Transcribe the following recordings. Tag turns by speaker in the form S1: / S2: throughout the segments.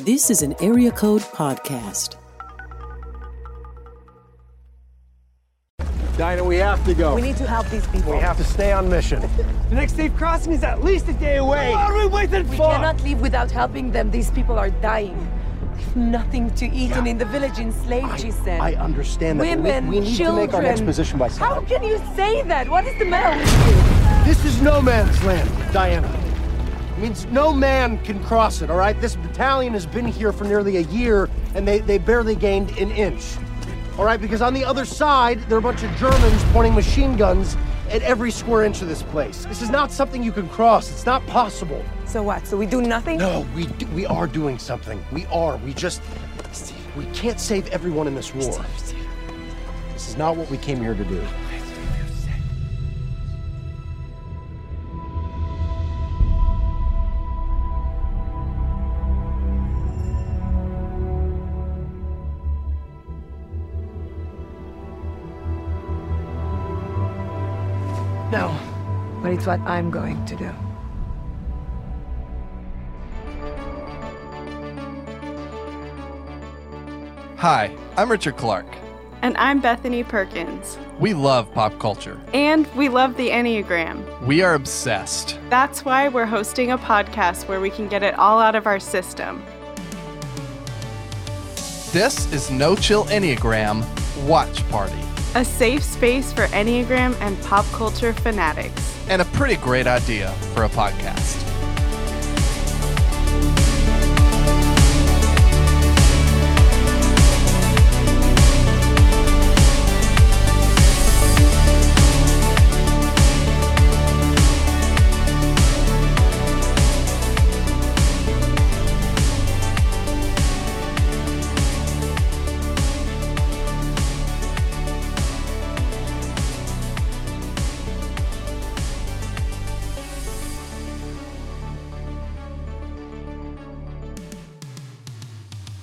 S1: This is an Area Code Podcast.
S2: Dinah, we have to go.
S3: We need to help these people.
S2: We have to stay on mission.
S4: The next safe crossing is at least a day away.
S2: What are we waiting
S3: We
S2: for?
S3: cannot live without helping them. These people are dying. They've Nothing to eat, and in the village, enslaved, she said.
S2: I understand that. but we-
S3: Women,
S2: we, need
S3: children.
S2: to make our next position by
S3: How
S2: sundown.
S3: can you say that? What is the matter with you?
S2: This is no man's land, Diana. It means no man can cross it, all right? This battalion has been here for nearly a year, and they, they barely gained an inch. All right, because on the other side, there are a bunch of Germans pointing machine guns at every square inch of this place. This is not something you can cross. It's not possible.
S3: So what? So we do nothing?
S2: No, we do, we are doing something. We are. We just we can't save everyone in this war. This is not what we came here to do.
S3: No. But it's what I'm going to do.
S5: Hi, I'm Richard Clark.
S6: And I'm Bethany Perkins.
S5: We love pop culture.
S6: And we love the Enneagram.
S5: We are obsessed.
S6: That's why we're hosting a podcast where we can get it all out of our system.
S5: This is No Chill Enneagram Watch Party,
S6: A safe space for Enneagram and pop culture fanatics.
S5: and a pretty great idea for a podcast.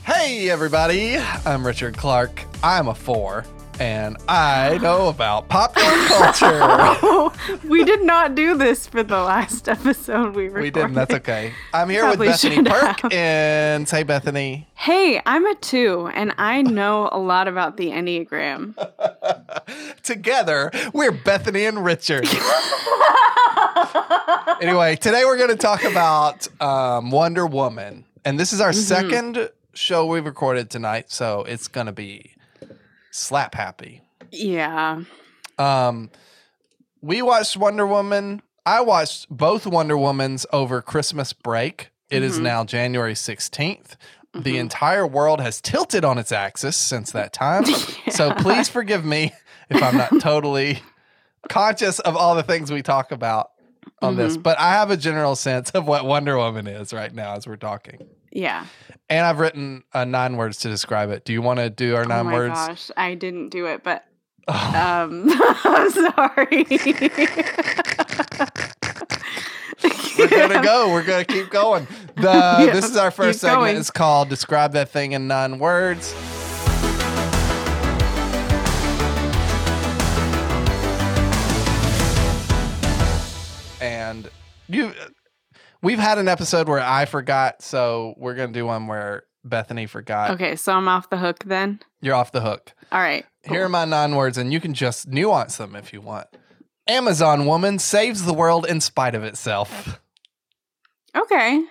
S5: Hey, everybody, I'm Richard Clark. I'm a four, and I know about popcorn culture.
S6: Oh, we did not do this for the last episode we recorded.
S5: we didn't, that's okay. I'm here with
S6: Probably
S5: Bethany
S6: should
S5: Perkins. Hey, Bethany.
S6: Hey, I'm a two, and I know a lot about the Enneagram.
S5: Together, we're Bethany and Richard. anyway, today we're going to talk about um, Wonder Woman. And this is our second show we've recorded tonight. So it's going to be slap happy.
S6: Yeah.
S5: Um, we watched Wonder Woman. I watched both Wonder Womans over Christmas break. It is
S6: Mm-hmm.
S5: now January 16th. The entire world has tilted on its axis since that time. So please forgive me if I'm not totally conscious of all the things we talk about on
S6: Mm-hmm.
S5: this, but I have a general sense of what Wonder Woman is right now as we're talking.
S6: Yeah.
S5: And I've written uh, nine words to describe it. Do you want to do our
S6: Oh
S5: nine
S6: my
S5: words?
S6: gosh, I didn't do it, but
S5: Oh.
S6: um, I'm sorry.
S5: we're gonna go. We're gonna keep going. The this is our first
S6: keep
S5: segment.
S6: going.
S5: It's called "Describe That Thing in Nine Words." And you, we've had an episode where I forgot, so we're gonna do one where Bethany forgot.
S6: Okay, so I'm off the hook then.
S5: You're off the hook.
S6: All right.
S5: Here are my nine words, and you can just nuance them if you want. Amazon woman saves the world in spite of itself.
S6: Okay.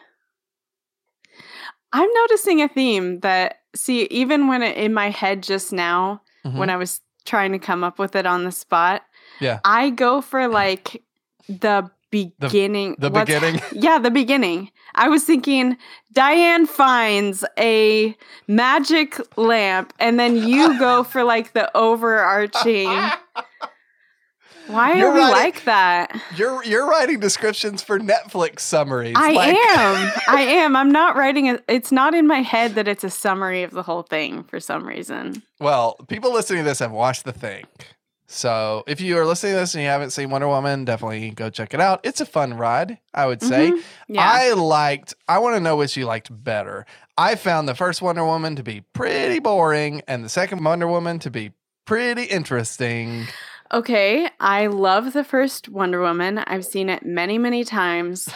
S6: I'm noticing a theme that see even when it, in my head just now when I was trying to come up with it on the spot,
S5: Mm-hmm. Yeah.
S6: I go for like the beginning
S5: the
S6: what's-
S5: beginning?
S6: yeah, the beginning. I was thinking Diane finds a magic lamp and then you go for like the overarching Why
S5: You're
S6: are we
S5: right.
S6: like that?
S5: You're you're writing descriptions for Netflix summaries.
S6: I
S5: Like,
S6: am. I am. I'm not writing a, it's not in my head that it's a summary of the whole thing for some reason.
S5: Well, people listening to this have watched the thing. So if you are listening to this and you haven't seen Wonder Woman, definitely go check it out. It's a fun ride, I would say.
S6: Mhm. Yeah.
S5: I liked I want to know which you liked better. I found the first Wonder Woman to be pretty boring and the second Wonder Woman to be pretty interesting.
S6: Okay, I love the first Wonder Woman. I've seen it many, many times.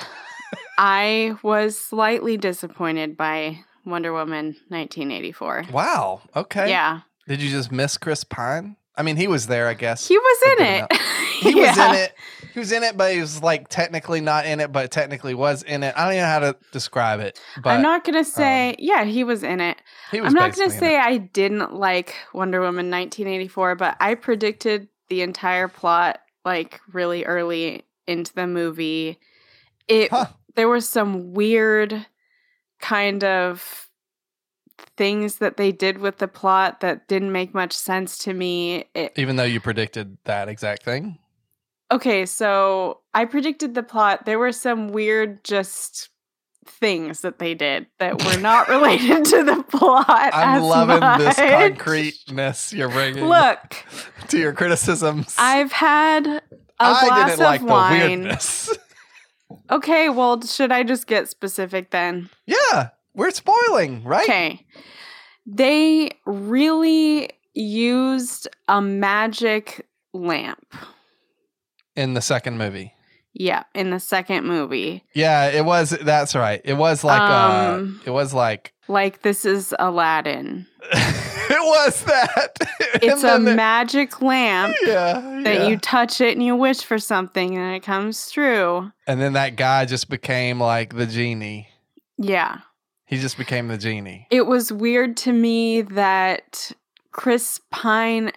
S6: I was slightly disappointed by Wonder Woman 1984.
S5: Wow. Okay.
S6: Yeah.
S5: Did you just miss Chris Pine? I mean, he was there, I guess.
S6: He was in
S5: I
S6: it.
S5: did He was
S6: Yeah.
S5: in it. He was in it, but he was like technically not in it, but technically was in it. I don't even know how to describe it. But
S6: I'm not going to say, yeah, he was in it.
S5: he was
S6: I'm not going to
S5: basically in
S6: say
S5: it.
S6: I didn't like Wonder Woman 1984, but I predicted the entire plot like really early into the movie. It
S5: Huh.
S6: there was some weird kind of things that they did with the plot that didn't make much sense to me. It,
S5: even though you predicted that exact thing.
S6: Okay, so I predicted the plot. There were some weird just things that they did that were not related to the plot.
S5: I'm
S6: as
S5: loving this
S6: much.
S5: concreteness you're bringing
S6: Look,
S5: to your criticisms.
S6: I've had a
S5: I
S6: glass
S5: didn't
S6: of
S5: like the
S6: wine.
S5: weirdness.
S6: okay, well, should I just get specific then?
S5: yeah, we're spoiling, right?
S6: Okay. They really used a magic lamp.
S5: In the second movie.
S6: Yeah, in the second movie.
S5: Yeah, it was. That's right. It was like.
S6: Um,
S5: uh, it was like.
S6: Like this is Aladdin.
S5: it was that.
S6: It's a
S5: And then
S6: magic lamp.
S5: the- yeah,
S6: that
S5: yeah.
S6: you touch it and you wish for something and it comes true.
S5: and then that guy just became like the genie.
S6: Yeah.
S5: He just became the genie.
S6: It was weird to me that Chris Pine.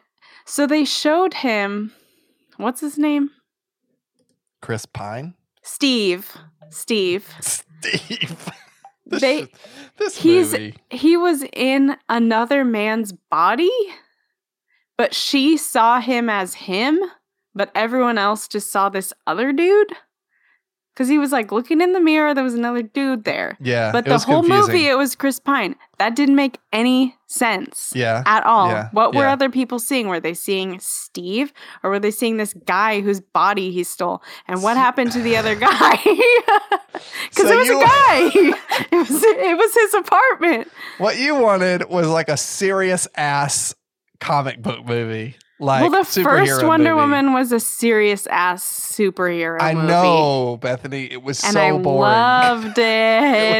S6: So they showed him. What's his name?
S5: Chris Pine.
S6: Steve. Steve.
S5: Steve. this
S6: They.
S5: is- this
S6: he's-
S5: movie.
S6: He was in another man's body, but she saw him as him, but everyone else just saw this other dude. Because he was like looking in the mirror, there was another dude there.
S5: Yeah,
S6: But
S5: it
S6: the
S5: was
S6: whole
S5: confusing.
S6: movie, it was Chris Pine. That didn't make any sense
S5: Yeah.
S6: at all.
S5: yeah,
S6: what were
S5: yeah.
S6: other people seeing? Were they seeing Steve or were they seeing this guy whose body he stole? And what happened to the other guy? Because
S5: So
S6: it was
S5: you-
S6: a guy. it, was, it was his apartment.
S5: What you wanted was like a serious ass comic book movie. Like
S6: well, the first
S5: superhero
S6: Wonder
S5: movie.
S6: Woman was a serious ass superhero
S5: I
S6: movie.
S5: know, Bethany. It was
S6: And
S5: so
S6: I
S5: boring.
S6: loved it.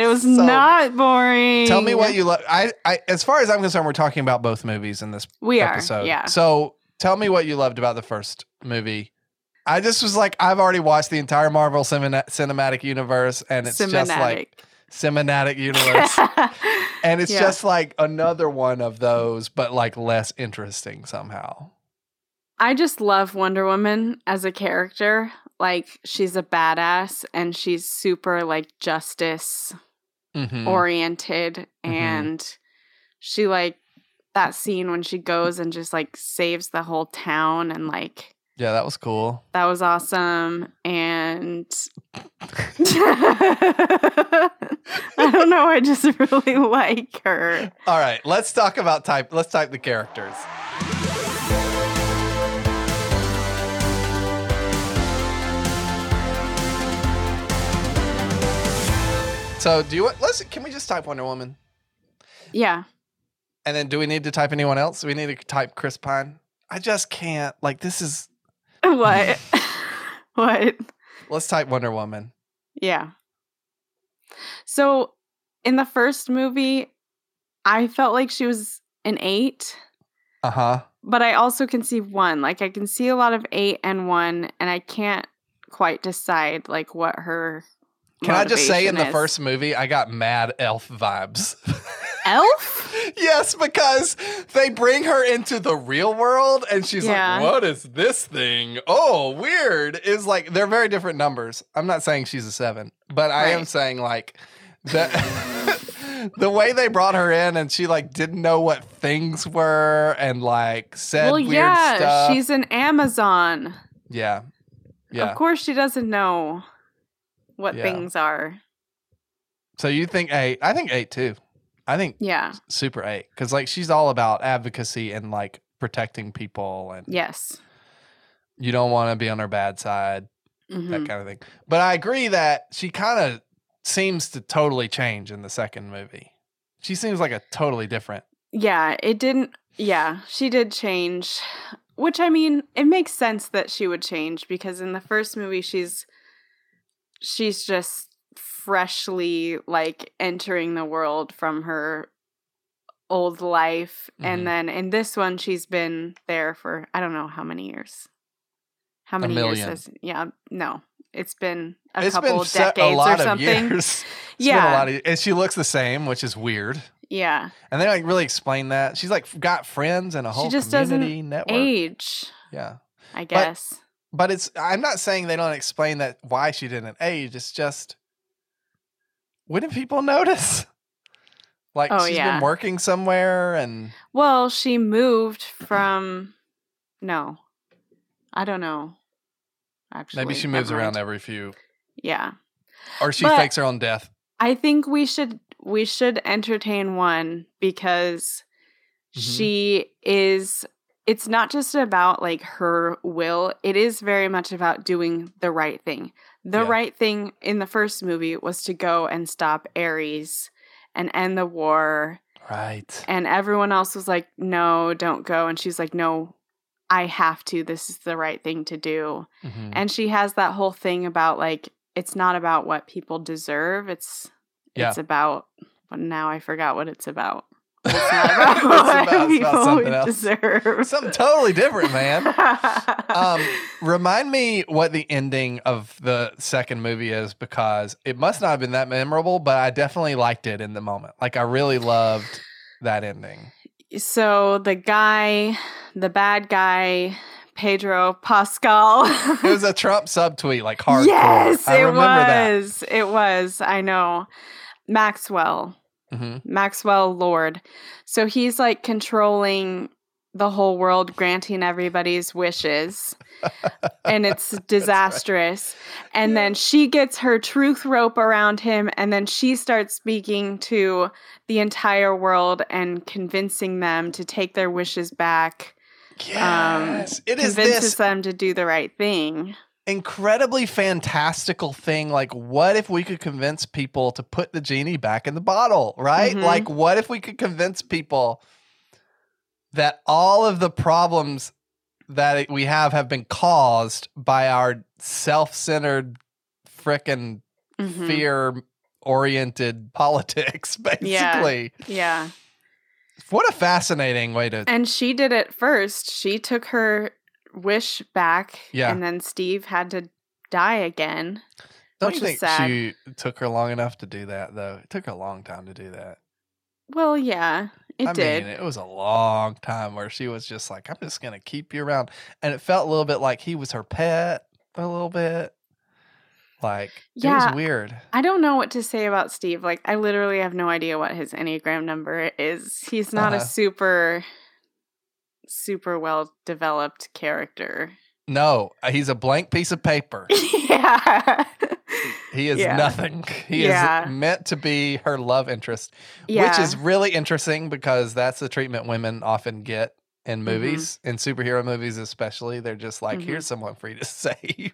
S6: it
S5: was
S6: was,
S5: so-
S6: not boring.
S5: Tell me what you love. I, I, as far as I'm concerned, we're talking about both movies in this
S6: We are.
S5: episode.
S6: Yeah.
S5: So tell me what you loved about the first movie. I just was like, I've already watched the entire Marvel Cinem- Cinematic Universe, and it's just like Cinematic Universe,
S6: Cinematic.
S5: and it's
S6: Yeah.
S5: just like another one of those, but like less interesting somehow.
S6: I just love Wonder Woman as a character. Like she's a badass and she's super like justice
S5: Mhm.
S6: oriented
S5: Mhm.
S6: and she like that scene when she goes and just like saves the whole town and like
S5: yeah, that was cool.
S6: that was awesome and I don't know, I just really like her.
S5: All right, let's talk about type. Let's type the characters. So, do you want? Let's. Can we just type Wonder Woman?
S6: Yeah.
S5: And then, do we need to type anyone else? Do we need to type Chris Pine? I just can't. Like, this is.
S6: What? what?
S5: Let's type Wonder Woman.
S6: Yeah. So in the first movie, I felt like she was an eight,
S5: Uh huh.
S6: but I also can see one. Like I can see a lot of eight and one, and I can't quite decide like what her.
S5: Can I just say in the
S6: motivation is.
S5: first movie, I got mad elf vibes.
S6: elf?
S5: yes, because they bring her into the real world and she's
S6: Yeah.
S5: like, what is this thing? Oh, weird. Is like, they're very different numbers. I'm not saying she's a seven, but I am
S6: Right.
S5: saying like the The way they brought her in, and she like didn't know what things were, and like said
S6: well,
S5: weird
S6: yeah,
S5: stuff.
S6: she's an Amazon.
S5: yeah, yeah.
S6: Of course, she doesn't know what
S5: Yeah.
S6: things are.
S5: So you think eight? I think eight too. I think
S6: Yeah.
S5: super eight because like she's all about advocacy and like protecting people, and
S6: Yes.
S5: you don't want to be on her bad side.
S6: Mhm.
S5: that kind of thing. But I agree that she kind of seems to totally change in the second movie. She seems like a totally different.
S6: Yeah, it didn't. Yeah, she did change, which I mean, it makes sense that she would change because in the first movie, she's she's just freshly like entering the world from her old life
S5: Mhm.
S6: and then in this one she's been there for i don't know how many years how
S5: A
S6: many years
S5: million.
S6: has, yeah no it's been a
S5: It's
S6: couple
S5: been se-
S6: decades
S5: a lot
S6: or
S5: of
S6: something
S5: years. It's been
S6: Yeah.
S5: a lot of, and she looks the same, which is weird.
S6: yeah
S5: And they like really explain that she's like got friends and a whole
S6: just doesn't
S5: community network.
S6: age
S5: Yeah,
S6: i guess
S5: but it's I'm not saying they don't explain that why she didn't age. It's just wouldn't people notice? Like
S6: Oh,
S5: she's
S6: yeah.
S5: been working somewhere and
S6: Well, she moved from. No, I don't know. Actually,
S5: maybe she
S6: never
S5: moves around
S6: mind.
S5: every few
S6: Yeah,
S5: or she
S6: But-
S5: fakes her own death.
S6: I think we should we should entertain one because
S5: Mhm.
S6: she is. It's not just about like her will. It is very much about doing the right thing. The
S5: Yeah.
S6: right thing in the first movie was to go and stop Ares and end the war
S5: Right.
S6: And everyone else was like, no, don't go. And she's like, no, I have to. This is the right thing to do.
S5: Mhm.
S6: And she has that whole thing about like, it's not about what people deserve. It's
S5: Yeah.
S6: it's about well, now I forgot what it's about.
S5: It's
S6: Not about
S5: about-
S6: what
S5: it's about
S6: people
S5: something else.
S6: deserve.
S5: Something totally different, man.
S6: um,
S5: Um, remind me what the ending of the second movie is because it must not have been that memorable, but I definitely liked it in the moment. Like I really loved that ending.
S6: so the guy, the bad guy, Pedro Pascal.
S5: It was a Trump subtweet, like hardcore.
S6: Yes,
S5: I
S6: it
S5: remember that.
S6: was. It was. I know. Maxwell.
S5: hmm
S6: Maxwell Lord. So he's like controlling the whole world, granting everybody's wishes. and it's disastrous. And then she gets her truth rope around him, and then she starts speaking to the entire world and convincing them to take their wishes back.
S5: Yes, it is
S6: convinces
S5: this
S6: them to do the right thing.
S5: incredibly fantastical thing. Like, what if we could convince people to put the genie back in the bottle, right?
S6: Mhm.
S5: Like, what if we could convince people that all of the problems that we have have been caused by our self centered, frickin'
S6: Mhm.
S5: fear oriented politics,
S6: Yeah.
S5: basically?
S6: Yeah.
S5: What a fascinating way to.
S6: And she did it first. She took her wish back.
S5: Yeah.
S6: And then Steve had to die again.
S5: Don't
S6: which
S5: you
S6: was
S5: think
S6: sad.
S5: she took her long enough to do that, though? It took her a long time to do that.
S6: Well, yeah, it
S5: I
S6: did.
S5: mean, it was a long time where she was just like, I'm just going to keep you around. And it felt a little bit like he was her pet, a little bit. Like, it
S6: Yeah.
S5: was weird.
S6: I don't know what to say about Steve. Like, I literally have no idea what his Enneagram number is. He's not
S5: Uh-huh.
S6: a super, super well developed character.
S5: No, uh, he's a blank piece of paper.
S6: yeah.
S5: He is
S6: Yeah.
S5: nothing. He
S6: Yeah.
S5: is meant to be her love interest,
S6: Yeah.
S5: which is really interesting because that's the treatment women often get
S6: Mm-hmm.
S5: in movies, in superhero movies especially. They're just like,
S6: Mhm.
S5: here's someone for you to save.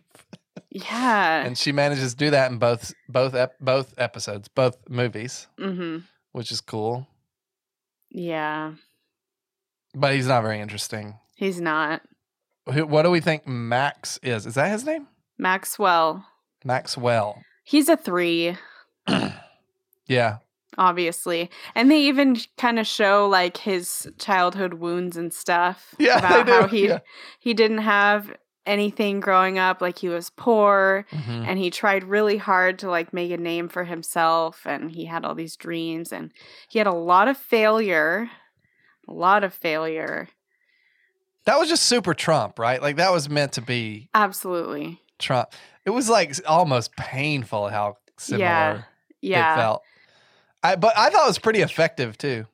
S6: yeah.
S5: and she manages to do that in both both ep- both episodes, both movies,
S6: hmm
S5: which is cool.
S6: Yeah.
S5: But he's not very interesting.
S6: He's not.
S5: Who, what do we think Max is? Is that his name?
S6: Maxwell.
S5: Maxwell.
S6: He's a three.
S5: Yeah.
S6: obviously. And they even kind of show like his childhood wounds and stuff.
S5: Yeah, they
S6: about how
S5: do,
S6: he
S5: yeah.
S6: he didn't have anything growing up, like he was poor
S5: Mhm.
S6: and he tried really hard to like make a name for himself and he had all these dreams and he had a lot of failure. A lot of failure.
S5: That was just super Trump, right? Like that was meant to be
S6: Absolutely.
S5: Trump. It was like s- almost painful how similar it
S6: Yeah.
S5: felt. I, but I thought it was pretty effective too.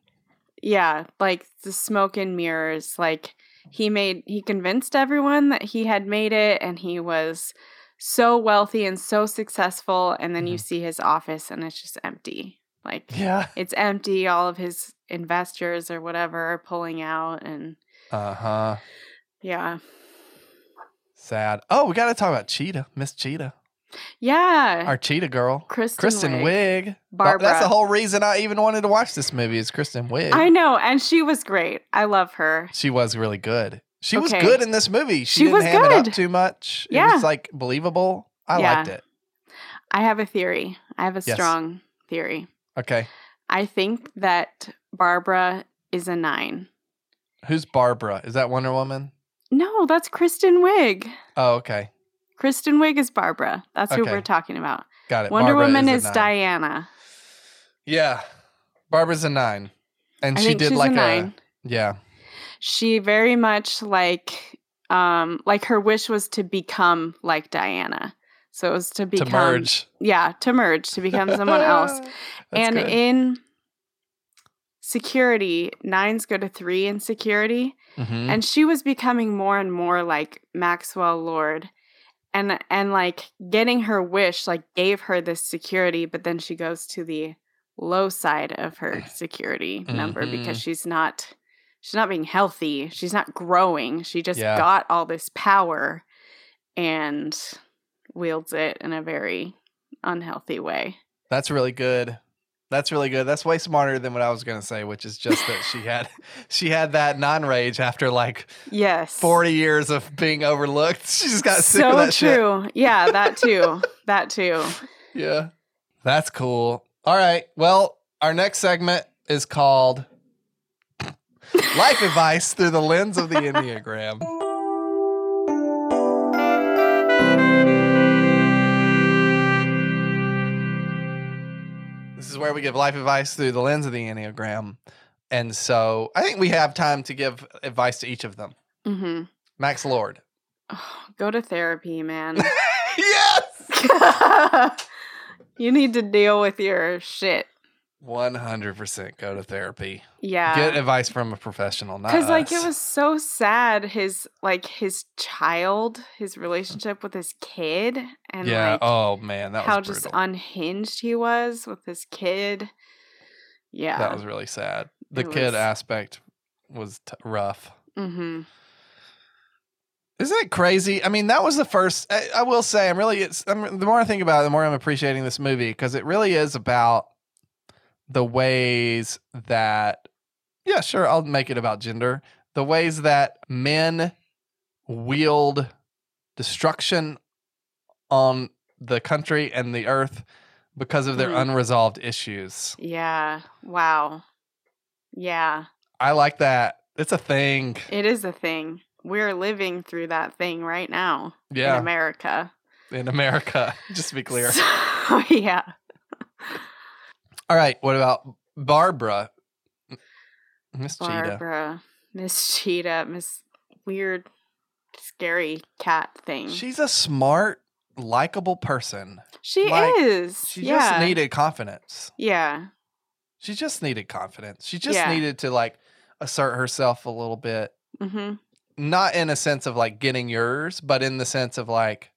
S6: Yeah. Like the smoke and mirrors. Like he made, he convinced everyone that he had made it and he was so wealthy and so successful. And then you
S5: Mm-hmm.
S6: see his office and it's just empty. Like
S5: Yeah.
S6: it's empty. All of his investors or whatever are pulling out. And
S5: Uh huh.
S6: yeah.
S5: Sad. Oh, we got to talk about Cheetah, Miss Cheetah,
S6: Yeah.
S5: our Cheetah girl.
S6: Eh. Kristen,
S5: Kristen
S6: Wiig.
S5: Wiig. Th-
S6: Barbara.
S5: That's the whole reason I even wanted to watch this movie is Kristen Wiig.
S6: I know. And she was great. I love her.
S5: she was really good. She was
S6: Okay.
S5: good in this movie. She,
S6: She
S5: didn't
S6: was
S5: ham it up
S6: good.
S5: too much. It
S6: Yeah.
S5: was like believable. I
S6: Yeah.
S5: liked it.
S6: I have a theory. I have a
S5: Yes.
S6: strong theory.
S5: Okay.
S6: I think that Barbara is a nine.
S5: Who's Barbara? Is that Wonder Woman?
S6: No, that's Kristen Wiig.
S5: Oh, okay.
S6: Kristen Wiig is Barbara. That's who
S5: Okay.
S6: we're talking about.
S5: Got it.
S6: Wonder
S5: Barbara
S6: Woman
S5: a
S6: is,
S5: nine.
S6: Diana.
S5: Yeah. Barbara's a nine. And
S6: I
S5: she
S6: think
S5: did
S6: she's
S5: like
S6: a nine.
S5: yeah.
S6: she very much like um like her wish was to become like Diana. So it was to become
S5: to merge.
S6: Yeah, to merge, to become someone else.
S5: That's
S6: and
S5: good.
S6: in security, nines go to three in security.
S5: Mhm.
S6: And she was becoming more and more like Maxwell Lord. And and like getting her wish like gave her this security, but then she goes to the low side of
S5: Mm.
S6: her security number because
S5: Mm-hmm.
S6: she's not she's not being healthy. She's not growing. She just
S5: Yeah.
S6: got all this power and wields it in a very unhealthy way.
S5: That's really good. That's really good. That's way smarter than what I was gonna say, which is just that she had she had that non rage after like
S6: Yes.
S5: forty years of being overlooked. She just got sick
S6: so
S5: of that shit.
S6: true. Yeah, that too. that too.
S5: Yeah. That's cool. All right. Well, our next segment is called Life Advice Through the Lens of the Enneagram. This is where we give life advice through the lens of the Enneagram. And so I think we have time to give advice to each of them.
S6: hmm
S5: Max Lord.
S6: Go to therapy, man.
S5: yes!
S6: you need to deal with your shit.
S5: 100% go to therapy. Get
S6: Yeah.
S5: advice from a professional, not
S6: Cuz like it
S5: us.
S6: was so sad his like his child, his relationship with his kid and
S5: yeah.
S6: like
S5: oh man, that
S6: how
S5: was
S6: just
S5: brutal.
S6: unhinged he was with his kid. Yeah.
S5: that was really sad. The
S6: It
S5: kid
S6: was-
S5: aspect was t- rough.
S6: mhm.
S5: Isn't it crazy? I mean, that was the first. I, I will say, I'm really. It's I'm, the more I think about it, the more I'm appreciating this movie because it really is about the ways that. Yeah, sure. I'll make it about gender. The ways that men wield destruction on the country and the earth because of their
S6: Mhm.
S5: unresolved issues.
S6: Yeah. Wow. Yeah.
S5: I like that. It's a thing.
S6: It is a thing. We're living through that thing right now
S5: Yeah,
S6: in America.
S5: in America. Just to be clear.
S6: So, yeah.
S5: All right. What about Barbara? M- Miss Cheetah.
S6: Barbara, uh, Miss Cheetah, Miss Weird, Scary Cat thing. She,
S5: She's a smart, likable person. like,
S6: is.
S5: She
S6: yeah.
S5: just needed confidence.
S6: Yeah.
S5: She just needed confidence. She just
S6: Yeah.
S5: needed to like assert herself a little bit.
S6: hmm
S5: Not in a sense of like getting yours, but in the sense of like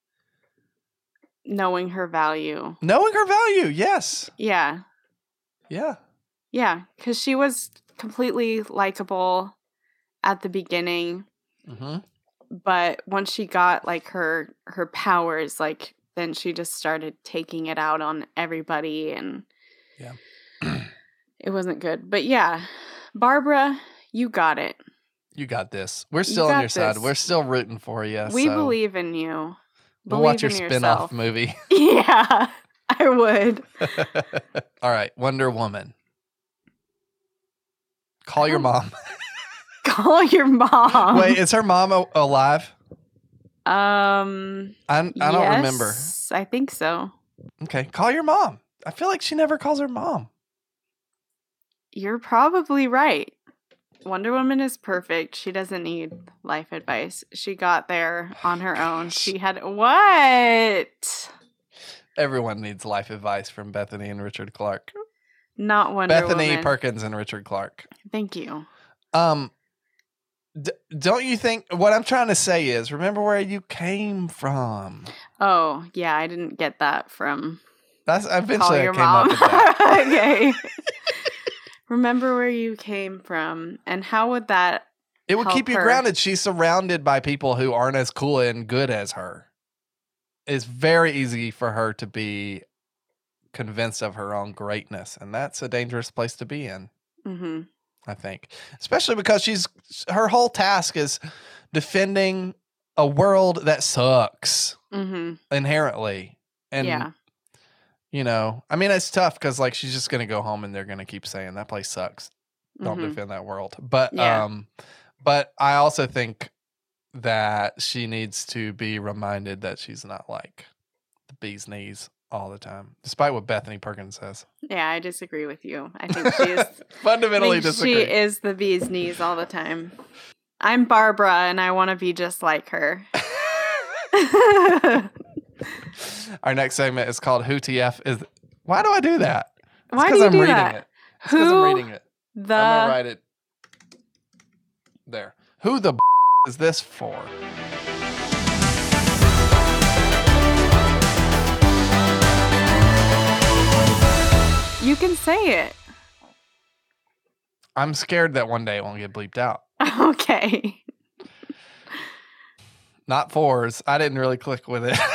S6: Knowing her value.
S5: knowing her value. Yes.
S6: Yeah.
S5: Yeah.
S6: Yeah. Because she was completely likable at the beginning,
S5: Mm-hmm.
S6: but once she got like her her powers, like then she just started taking it out on everybody, and
S5: Yeah.
S6: it wasn't good. But yeah, Barbara, you got it.
S5: You got this. We're
S6: You
S5: still on
S6: got
S5: your side.
S6: this.
S5: We're still rooting for you.
S6: we
S5: so
S6: believe in you.
S5: We'll watch your
S6: Believe in
S5: spin
S6: yourself.
S5: off movie.
S6: Yeah, I would.
S5: All right, Wonder Woman. Call
S6: Oh.
S5: your mom.
S6: Call your mom.
S5: Wait, is her mom a- alive?
S6: Um,
S5: I, I don't remember.
S6: yes, I think so.
S5: Okay, call your mom. I feel like she never calls her mom.
S6: You're probably right. Wonder Woman is perfect. She doesn't need life advice. She got there
S5: Oh
S6: on her own. She had what?
S5: Everyone needs life advice from Bethany and Richard Clark.
S6: Not Wonder
S5: Bethany
S6: Woman.
S5: Perkins and Richard Clark.
S6: Thank you.
S5: Um, d- don't you think what I'm trying to say is remember where you came from?
S6: Oh yeah, I didn't get that from
S5: That's
S6: call
S5: eventually I
S6: your
S5: came
S6: mom.
S5: up with that.
S6: okay. Remember where you came from, and how would that?
S5: It would keep
S6: help
S5: you
S6: her.
S5: grounded. She's surrounded by people who aren't as cool and good as her. It's very easy for her to be convinced of her own greatness, and that's a dangerous place to be in,
S6: hmm
S5: I think. Especially because she's her whole task is defending a world that sucks
S6: hmm
S5: inherently. And
S6: yeah,
S5: you know, I mean, it's tough because like she's just gonna go home and they're gonna keep saying that place sucks. Don't
S6: Mhm.
S5: defend that world. But
S6: Yeah.
S5: um, but I also think that she needs to be reminded that she's not like the bee's knees all the time, despite what Bethany Perkins says.
S6: Yeah, I disagree with you. I think she is I
S5: Fundamentally
S6: think
S5: disagree.
S6: she is the bee's knees all the time. I'm Barbara and I want to be just like her.
S5: Our next segment is called Who TF is. Why do I do that? It's
S6: Why
S5: 'cause
S6: do you
S5: I'm
S6: do
S5: reading
S6: that?
S5: it. It's 'cause I'm
S6: Who
S5: reading it.
S6: the
S5: I'm gonna write it there. Who the b- is this for?
S6: you can say it.
S5: I'm scared that one day it won't get bleeped out.
S6: Okay.
S5: Not fours. I didn't really click with it.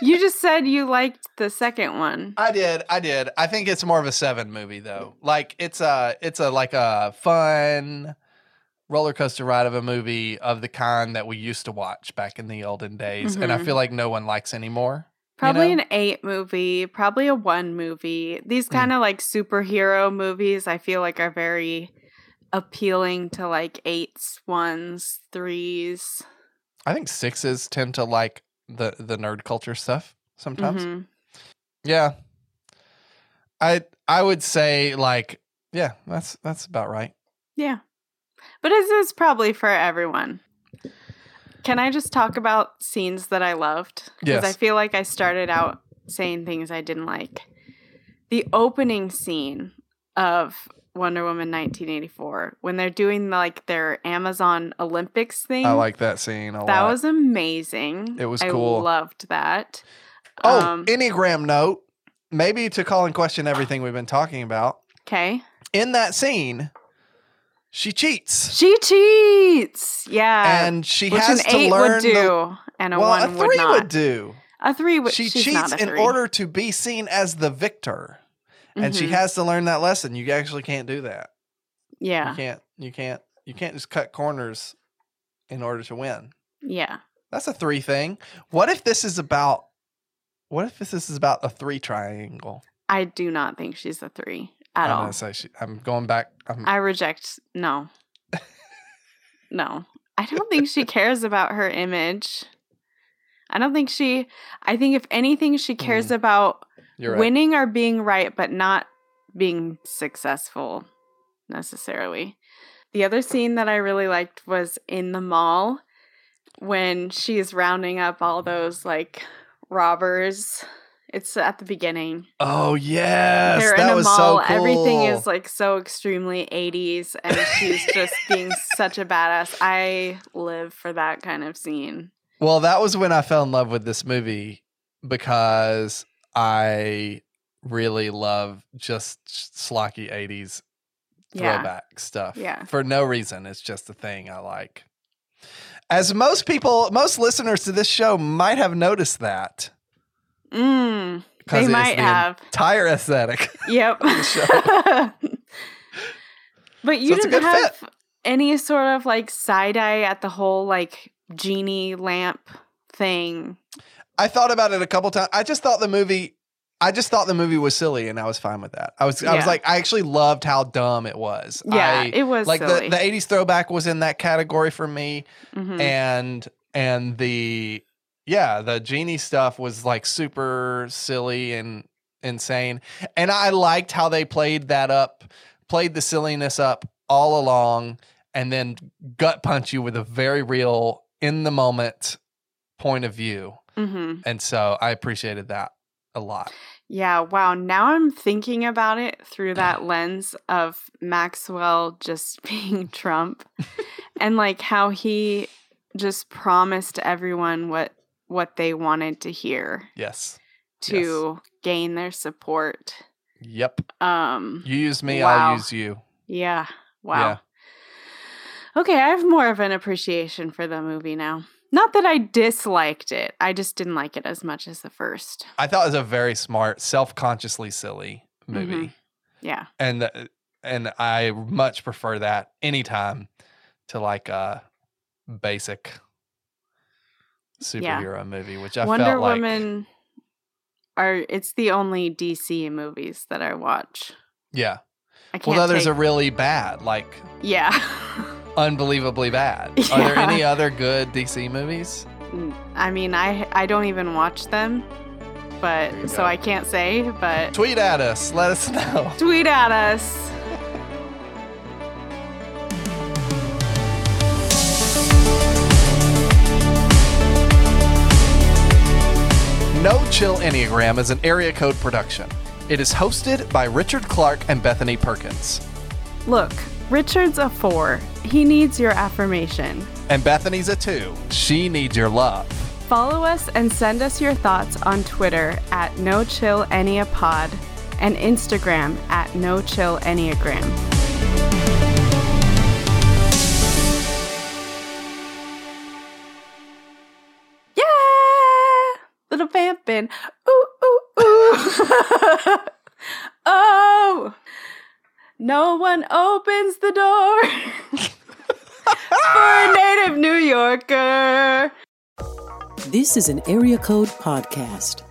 S6: You just said you liked the second one.
S5: I did. I did. I think it's more of a seven movie though. Like it's a it's a like a fun roller coaster ride of a movie of the kind that we used to watch back in the olden days, and I
S6: Mhm.
S5: feel like no one likes anymore. you
S6: Probably
S5: know? Mm.
S6: an eight movie, probably a one movie. These kind of like superhero movies, I feel like are very appealing to like eights, ones, threes.
S5: I think sixes tend to like the the nerd culture stuff sometimes.
S6: Mhm.
S5: Yeah. I I would say like yeah, that's that's about right.
S6: Yeah. But it is probably for everyone. Can I just talk about scenes that I loved? Because I
S5: Yes.
S6: feel like I started out saying things I didn't like. The opening scene of Wonder Woman 1984 when they're doing like their Amazon Olympics thing.
S5: I like that scene a lot.
S6: that was amazing.
S5: It was
S6: I
S5: cool.
S6: loved that.
S5: oh,
S6: um,
S5: Enneagram note. Maybe to call and question everything we've been talking about.
S6: Okay.
S5: In that scene, she cheats.
S6: She cheats. Yeah.
S5: and she
S6: which
S5: has
S6: an
S5: to
S6: eight
S5: learn
S6: would
S5: the-
S6: do and a
S5: well,
S6: one
S5: a
S6: would
S5: three
S6: not.
S5: would do.
S6: A three would
S5: she
S6: she's
S5: cheats
S6: not a
S5: in
S6: three.
S5: order to be seen as the victor. And she
S6: Mhm.
S5: has to learn that lesson. You actually can't do that.
S6: Yeah.
S5: You can't. You can't. You can't just cut corners in order to win.
S6: Yeah.
S5: That's a three thing. What if this is about? What if this is about a three triangle?
S6: I do not think she's a three at
S5: I'm
S6: all.
S5: gonna say she- I'm going back. I'm,
S6: I reject no. no. I don't think she cares about her image. I don't think she I think if anything she cares
S5: Mm.
S6: about
S5: you're right.
S6: winning or being right but not being successful necessarily. The other scene that I really liked was in the mall when she's rounding up all those like robbers. It's at the beginning.
S5: Oh yes,
S6: They're
S5: that
S6: in a
S5: was
S6: mall.
S5: so cool.
S6: Everything is like so extremely 80s, and she's just being such a badass. I live for that kind of scene.
S5: Well, that was when I fell in love with this movie because I really love just slocky '80s
S6: Yeah.
S5: throwback stuff.
S6: Yeah.
S5: For no reason. It's just a thing I like. As most people, most listeners to this show might have noticed that.
S6: Mm,
S5: because
S6: they
S5: it is
S6: might
S5: the
S6: have.
S5: Entire aesthetic.
S6: Yep. but you
S5: So it's a
S6: didn't
S5: good
S6: have any sort of like side eye at the whole like genie lamp thing.
S5: I thought about it a couple times. I just thought the movie I just thought the movie was silly and I was fine with that. I was I was
S6: Yeah.
S5: like, I actually loved how dumb it was. I,
S6: Yeah, it was
S5: like
S6: silly.
S5: the, the 80s throwback was in that category for me.
S6: Mhm.
S5: and and the yeah the genie stuff was like super silly and insane and i liked how they played that up played the silliness up all along and then gut punch you with a very real in the moment point of view
S6: Mhm.
S5: and so i appreciated that a lot
S6: Yeah, wow. Now I'm thinking about it through that lens of Maxwell just being Trump and like how he just promised everyone what what they wanted to hear
S5: yes
S6: to gain their support.
S5: yep
S6: Um
S5: you use me
S6: Wow.
S5: i'll use you
S6: yeah. Wow. Okay, I have more of an appreciation for the movie now. Not that I disliked it. I just didn't like it as much as the first.
S5: i thought it was a very smart self-consciously silly movie
S6: Mhm. Yeah.
S5: and th- and I much prefer that anytime to like a basic
S6: Yeah.
S5: superhero movie, which I
S6: Wonder
S5: felt like
S6: Woman are it's the only DC movies that I watch.
S5: Yeah.
S6: I can't.
S5: Well, the others
S6: take-
S5: are really bad, like
S6: yeah.
S5: unbelievably bad. Are there
S6: Yeah.
S5: any other good DC movies?
S6: N- I mean, I I don't even watch them,
S5: There you
S6: but so
S5: go.
S6: I can't say. But
S5: Tweet at us. Let us know.
S6: tweet at us.
S5: No Chill Enneagram is an area code production. It is hosted by Richard Clark and Bethany Perkins.
S6: Look, Richard's a four. He needs your affirmation.
S5: And Bethany's a two. She needs your love.
S6: Follow us and send us your thoughts on Twitter at NoChillEnneaPod and Instagram at NoChillEnneagram. Yeah! Little vampin. Ooh, ooh, ooh. oh! No one opens the door for a native New Yorker.
S1: This is an Area Code Podcast.